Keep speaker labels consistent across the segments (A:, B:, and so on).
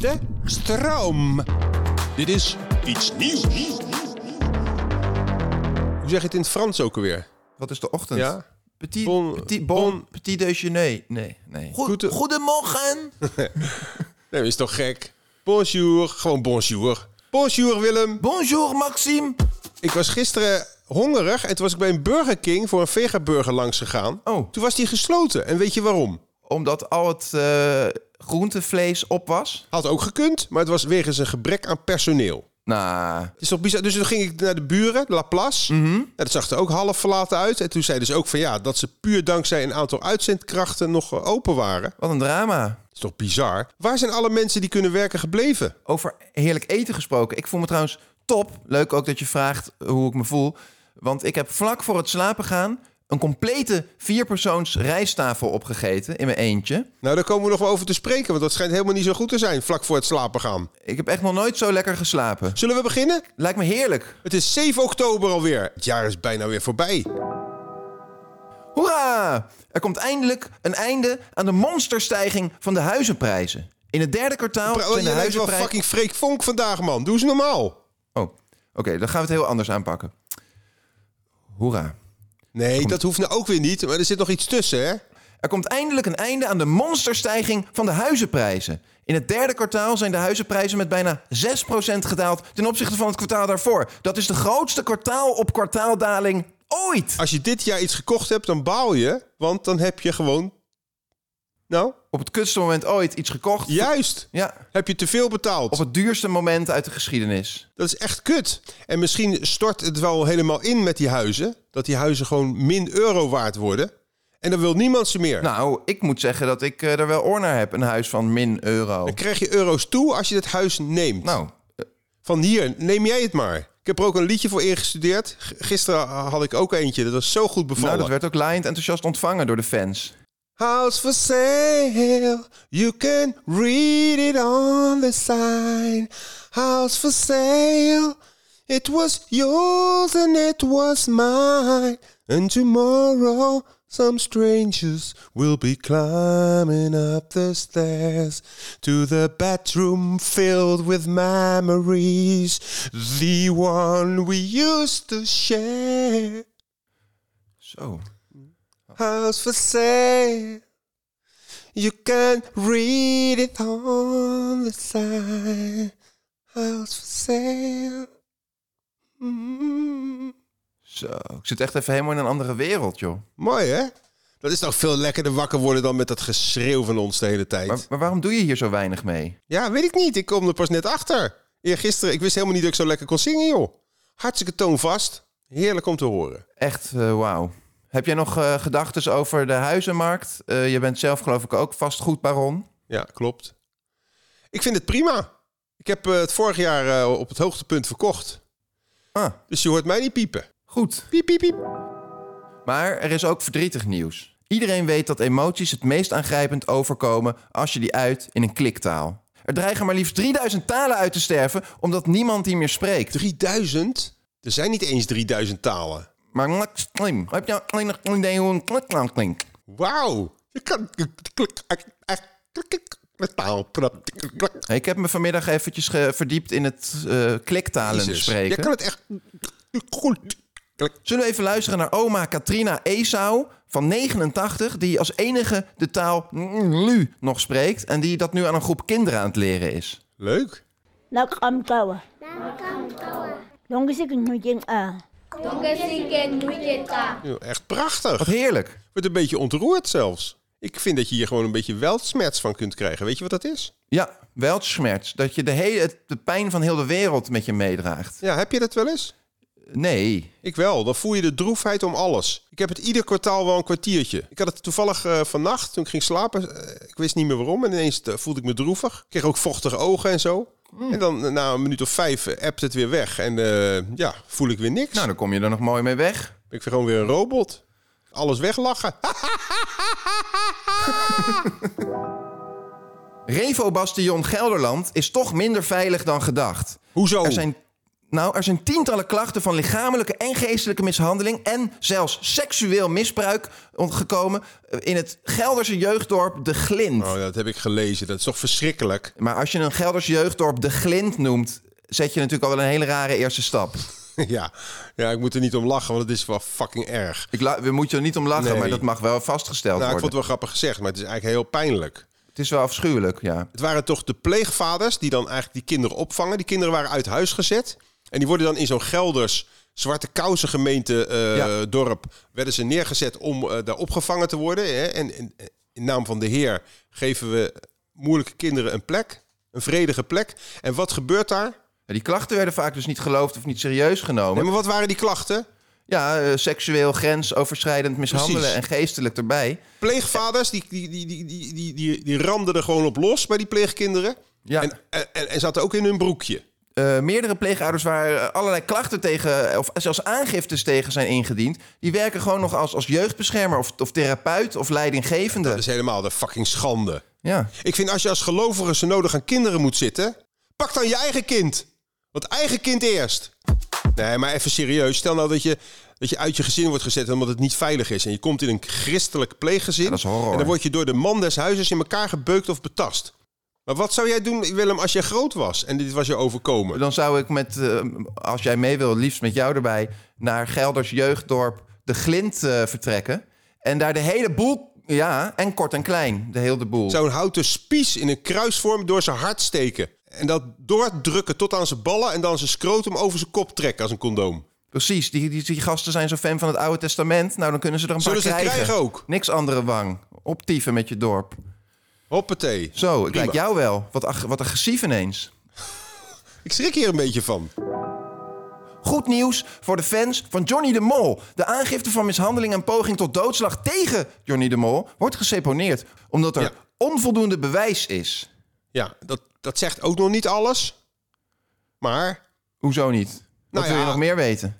A: De stroom. Dit is iets nieuws. Hoe zeg je het in het Frans ook alweer?
B: Wat is de ochtend?
A: Ja.
B: Petit,
A: Bon-
B: petit, bon,
A: bon-
B: petit déjeuner. Nee, nee. Goed,
A: Goede-
B: goedemorgen.
A: Nee, dat is toch gek? Bonjour. Gewoon bonjour. Bonjour Willem.
B: Bonjour Maxime.
A: Ik was gisteren hongerig en toen was ik bij een Burger King voor een vegaburger langs gegaan.
B: Oh.
A: Toen was die gesloten. En weet je waarom?
B: Omdat al het eh, groentevlees op was.
A: Had ook gekund, maar het was wegens een gebrek aan personeel.
B: Nou,
A: Het is toch bizar? Dus toen ging ik naar de buren, Laplace. Nou, dat zag er ook half verlaten uit. En toen zei dus ook van ja, dat ze puur dankzij een aantal uitzendkrachten nog eh, open waren.
B: wat een drama.
A: Dat is toch bizar? Waar zijn alle mensen die kunnen werken gebleven?
B: Over heerlijk eten gesproken. Ik voel me trouwens top. Leuk ook dat je vraagt hoe ik me voel. Want ik heb vlak voor het slapen gaan een complete vierpersoons rijsttafel opgegeten in mijn eentje.
A: Nou, daar komen we nog wel over te spreken, want dat schijnt helemaal niet zo goed te zijn vlak voor het slapen gaan.
B: Ik heb echt nog nooit zo lekker geslapen.
A: Zullen we beginnen?
B: Lijkt me heerlijk.
A: Het is 7 oktober alweer. Het jaar is bijna weer voorbij.
B: Hoera! Er komt eindelijk een einde aan de monsterstijging van de huizenprijzen. In het derde kwartaal
A: Pra- oh,
B: zijn de
A: je lijkt wel
B: huizenprijzen...
A: fucking Freek Vonk vandaag, man. Doe eens normaal.
B: Oh, oké, dan gaan we het heel anders aanpakken. Hoera.
A: Nee, dat hoeft nou ook weer niet, maar er zit nog iets tussen, hè?
B: Er komt eindelijk een einde aan de monsterstijging van de huizenprijzen. In het derde kwartaal zijn de huizenprijzen met bijna 6% gedaald ten opzichte van het kwartaal daarvoor. Dat is de grootste kwartaal op kwartaaldaling ooit.
A: Als je dit jaar iets gekocht hebt, dan baal je, want dan heb je gewoon... Nou,
B: Op het kutste moment ooit iets gekocht.
A: juist.
B: ja.
A: Heb je te veel betaald.
B: Op het duurste moment uit de geschiedenis.
A: Dat is echt kut. En misschien stort het wel helemaal in met die huizen. Dat die huizen gewoon min euro waard worden. En dan wil niemand ze meer.
B: Nou, ik moet zeggen dat ik eh, er wel oor naar heb. Een huis van min euro.
A: Dan krijg je euro's toe als je het huis neemt.
B: Nou,
A: Van hier, neem jij het maar. Ik heb er ook een liedje voor ingestudeerd. G- Gisteren had ik ook eentje. Dat was zo goed bevallen.
B: nou, dat werd ook laaiend enthousiast ontvangen door de fans.
A: House for sale, you can read it on the sign. House for sale, it was yours and it was mine. And tomorrow, some strangers will be climbing up the stairs to the bedroom filled with memories, the one we used to share.
B: Zo.
A: House for sale. You can read it on the sign. House for sale. Mm.
B: Zo. Ik zit echt even helemaal in een andere wereld, joh.
A: Mooi hè? Dat is toch veel lekkerder wakker worden dan met dat geschreeuw van ons de hele tijd.
B: Maar, maar waarom doe je hier zo weinig mee?
A: Ja, weet ik niet. Ik kom er pas net achter. Eergisteren, ik wist helemaal niet dat ik zo lekker kon zingen, joh. Hartstikke toonvast. Heerlijk om te horen.
B: Echt, eh, wauw. Heb jij nog eh gedachten over de huizenmarkt? Eh, je bent zelf geloof ik ook vastgoedbaron.
A: Ja, klopt. Ik vind het prima. Ik heb eh, het vorig jaar eh, op het hoogtepunt verkocht.
B: Ah,
A: Dus je hoort mij niet piepen.
B: goed.
A: Piep, piep, piep.
B: Maar er is ook verdrietig nieuws. Iedereen weet dat emoties het meest aangrijpend overkomen als je die uit in een kliktaal. Er dreigen maar liefst 3000 talen uit te sterven omdat niemand die meer spreekt.
A: 3000? Er zijn niet eens 3000 talen.
B: Maar Max Klim, heb je alleen nog een idee hoe een kliktaal klinkt?
A: Wauw. Je kan... Met taal.
B: Ik heb me vanmiddag eventjes ge- verdiept in het eh, kliktalen
A: Jezus, Je
B: spreken.
A: kan het echt goed.
B: Zullen we even luisteren naar oma Katrina Esau van 89 die als enige de taal lu nog spreekt en die dat nu aan een groep kinderen aan het leren is.
A: Leuk.
C: Nak am tawa. Dong sik nu jing a.
D: Dongeziken Mujeta.
A: Ja, Echt prachtig.
B: Wat heerlijk.
A: Wordt een beetje ontroerd zelfs. Ik vind dat je hier gewoon een beetje weltsmerts van kunt krijgen. Weet je wat dat is?
B: Ja, weltschmerz. Dat je de, hele, het- de pijn van heel de wereld met je meedraagt.
A: Ja, heb je dat wel eens?
B: Nee.
A: Ik wel. Dan voel je de droefheid om alles. Ik heb het ieder kwartaal wel een kwartiertje. Ik had het toevallig eh, vannacht, toen ik ging slapen. eh, ik wist niet meer waarom. En ineens eh, voelde ik me droevig. Ik kreeg ook vochtige ogen en zo. En dan eh, na een minuut of vijf eh, appt het weer weg. En eh, ja, voel ik weer niks.
B: Nou, dan kom je er nog mooi mee weg.
A: ben ik weer gewoon weer een robot. Alles weglachen.
B: Revo Bastion Gelderland is toch minder veilig dan gedacht.
A: Hoezo?
B: Er zijn, nou, er zijn tientallen klachten van lichamelijke en geestelijke mishandeling en zelfs seksueel misbruik ontgekomen in het Gelderse jeugddorp De Glint.
A: Oh, dat heb ik gelezen. Dat is toch verschrikkelijk?
B: Maar als je een Gelders jeugddorp De Glint noemt, zet je natuurlijk al wel een hele rare eerste stap.
A: ja. ja, ik moet er niet om lachen, want het is wel fucking erg.
B: Ik la- we moeten er niet om lachen,
A: Nee.
B: maar dat mag wel vastgesteld
A: Nou, ik vond
B: worden.
A: het wel grappig gezegd, maar het is eigenlijk heel pijnlijk.
B: Het is wel afschuwelijk, ja.
A: Het waren toch de pleegvaders die dan eigenlijk die kinderen opvangen. Die kinderen waren uit huis gezet. En die worden dan in zo'n Gelders, zwarte kousen gemeente eh,
B: Ja.
A: dorp... werden ze neergezet om eh, daar opgevangen te worden. Hè? En, en eh, in naam van de Heer geven we moeilijke kinderen een plek. Een vredige plek. En wat gebeurt daar?
B: Die klachten werden vaak dus niet geloofd of niet serieus
A: Nee,
B: genomen.
A: maar wat waren die klachten?
B: Ja, eh, seksueel, grensoverschrijdend mishandelen
A: Precies.
B: en geestelijk erbij.
A: pleegvaders, die, die, die, die, die, die, die, die ramden er gewoon op los bij die pleegkinderen.
B: Ja.
A: En, en, en- en zaten ook in hun broekje.
B: Eh, meerdere pleegouders waar eh, allerlei klachten tegen, of zelfs aangiftes tegen zijn ingediend, die werken gewoon nog als, als jeugdbeschermer of, of therapeut of
A: Dat
B: leidinggevende.
A: is helemaal de fucking schande.
B: Ja.
A: Ik vind als je als gelovige zo nodig aan kinderen moet zitten, pak dan je eigen kind. Want eigen kind eerst. Nee, maar even serieus. Stel nou dat je, dat je uit je gezin wordt gezet omdat het niet veilig is. En je komt in een christelijk pleeggezin.
B: dat is horror.
A: En dan word je door de man des huizes in elkaar gebeukt of betast. Maar wat zou jij doen, Willem, als jij groot was en dit was je overkomen?
B: Dan zou ik met, eh, als jij mee wil, liefst met jou erbij, naar Gelders Jeugddorp de Glint eh, vertrekken. En daar de hele boel, ja, en kort en klein, de hele boel.
A: zou een houten spies in een kruisvorm door zijn hart steken. En dat doordrukken tot aan zijn ballen en dan zijn scrotum over zijn kop trekken als een condoom.
B: Precies, die, die, die gasten zijn zo fan van het Oude Testament. Nou, dan kunnen ze er een
A: Zullen
B: paar
A: ze het
B: krijgen.
A: krijgen ook?
B: Niks andere wang. Optieven met je dorp.
A: Hoppatee.
B: Zo, ik
A: Prima.
B: lijk jou wel. Wat, ag- wat agressief ineens.
A: Ik schrik hier een beetje van.
B: Goed nieuws voor de fans van Johnny de Mol. De aangifte van mishandeling en poging tot doodslag tegen Johnny de Mol wordt geseponeerd. Omdat er
A: Ja.
B: onvoldoende bewijs is.
A: Ja, dat, dat zegt ook nog niet alles. Maar,
B: Hoezo niet? Wat
A: Nou
B: wil je
A: ja.
B: nog meer weten?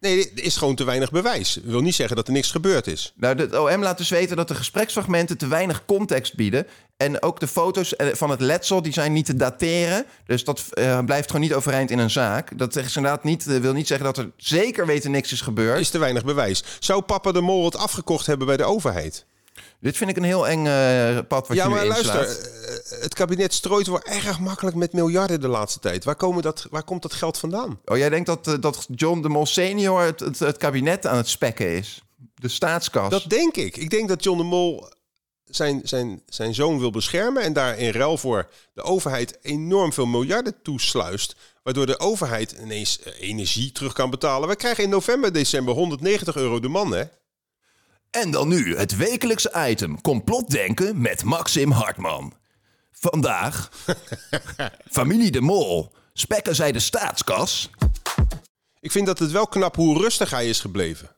A: nee, er is gewoon te weinig bewijs. Dat wil niet zeggen dat er niks gebeurd is.
B: Nou, het OM laat dus weten dat de gespreksfragmenten te weinig context bieden. En ook de foto's eh, van het letsel die zijn niet te dateren. Dus dat eh, blijft gewoon niet overeind in een zaak. Dat is inderdaad niet, eh, wil niet zeggen dat er zeker weten niks is gebeurd.
A: Er is te weinig bewijs. Zou papa de mol het afgekocht hebben bij de overheid?
B: Dit vind ik een heel eng eh, pad wat
A: Ja,
B: je nu
A: maar
B: inslaat.
A: luister. eh, Het kabinet strooit wel erg makkelijk met miljarden de laatste tijd. Waar, komen dat, waar komt dat geld vandaan?
B: Oh, jij denkt dat, eh, dat John de Mol senior het, het, het kabinet aan het spekken is? De staatskas.
A: Dat denk ik. Ik denk dat John de Mol zijn, zijn, zijn zoon wil beschermen. En daar in ruil voor de overheid enorm veel miljarden toesluist. Waardoor de overheid ineens eh, energie terug kan betalen. We krijgen in november, december 190 euro de man, hè?
B: En dan nu het wekelijkse item Complotdenken met Maxim Hartman. Vandaag, familie de Mol, spekken zij de staatskas?
A: Ik vind dat het wel knap hoe rustig hij is gebleven.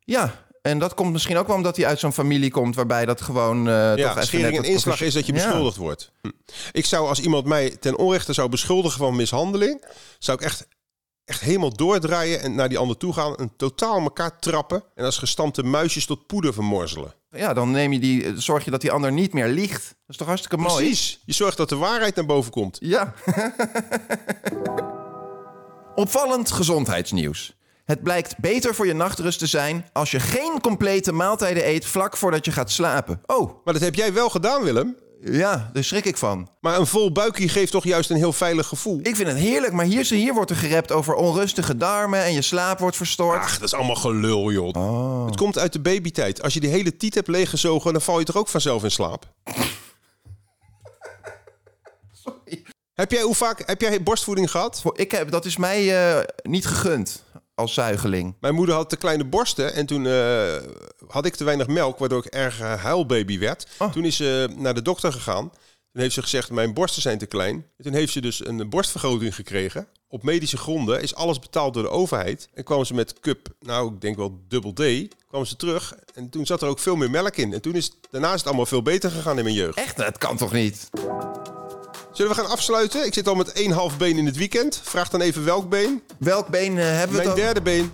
B: Ja, en dat komt misschien ook wel omdat hij uit zo'n familie komt... waarbij dat gewoon... eh toch
A: Ja,
B: even
A: schering
B: net
A: en
B: het
A: inslag
B: profe-
A: is dat je
B: Ja.
A: beschuldigd wordt. Hm. Ik zou als iemand mij ten onrechte zou beschuldigen van mishandeling... zou ik echt, echt helemaal doordraaien en naar die ander toe gaan... en totaal aan elkaar trappen en als gestampte muisjes tot poeder vermorzelen.
B: Ja, dan neem je die, eh, zorg je dat die ander niet meer liegt. Dat is toch hartstikke mooi?
A: Precies. Je zorgt dat de waarheid naar boven komt.
B: Ja. Opvallend gezondheidsnieuws. Het blijkt beter voor je nachtrust te zijn als je geen complete maaltijden eet vlak voordat je gaat slapen. Oh,
A: Maar dat heb jij wel gedaan, Willem.
B: Ja, daar schrik ik van.
A: Maar een vol buikje geeft toch juist een heel veilig gevoel?
B: Ik vind het heerlijk, maar hier, hier wordt er gerept over onrustige darmen en je slaap wordt verstoord.
A: Ach, dat is allemaal gelul, joh. Het komt uit de babytijd. Als je die hele tiet hebt leeggezogen, dan val je toch ook vanzelf in slaap? Heb jij, hoe vaak, heb jij borstvoeding gehad?
B: Voor- Ik heb, dat is mij eh, niet gegund als zuigeling.
A: Mijn moeder had te kleine borsten en toen eh, had ik te weinig melk, waardoor ik erg eh, huilbaby werd. Toen is ze naar de dokter gegaan. Toen heeft ze gezegd, mijn borsten zijn te klein. En toen heeft ze dus een borstvergroting gekregen. Op medische gronden is alles betaald door de overheid. En kwam ze met cup, nou ik denk wel dubbel D, kwam ze terug. En toen zat er ook veel meer melk in. En toen is, daarna is het allemaal veel beter gegaan in mijn jeugd.
B: Echt, dat kan toch niet?
A: Zullen we gaan afsluiten? Ik zit al met één half been in het weekend. Vraag dan even welk been.
B: Welk been eh, hebben we
A: Mijn
B: dan?
A: derde been.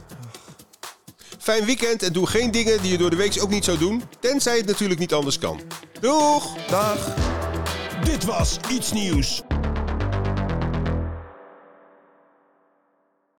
A: Fijn weekend en doe geen dingen die je door de week ook niet zou doen. Tenzij het natuurlijk niet anders kan. Doeg!
B: Dag.
A: Dit was Iets Nieuws.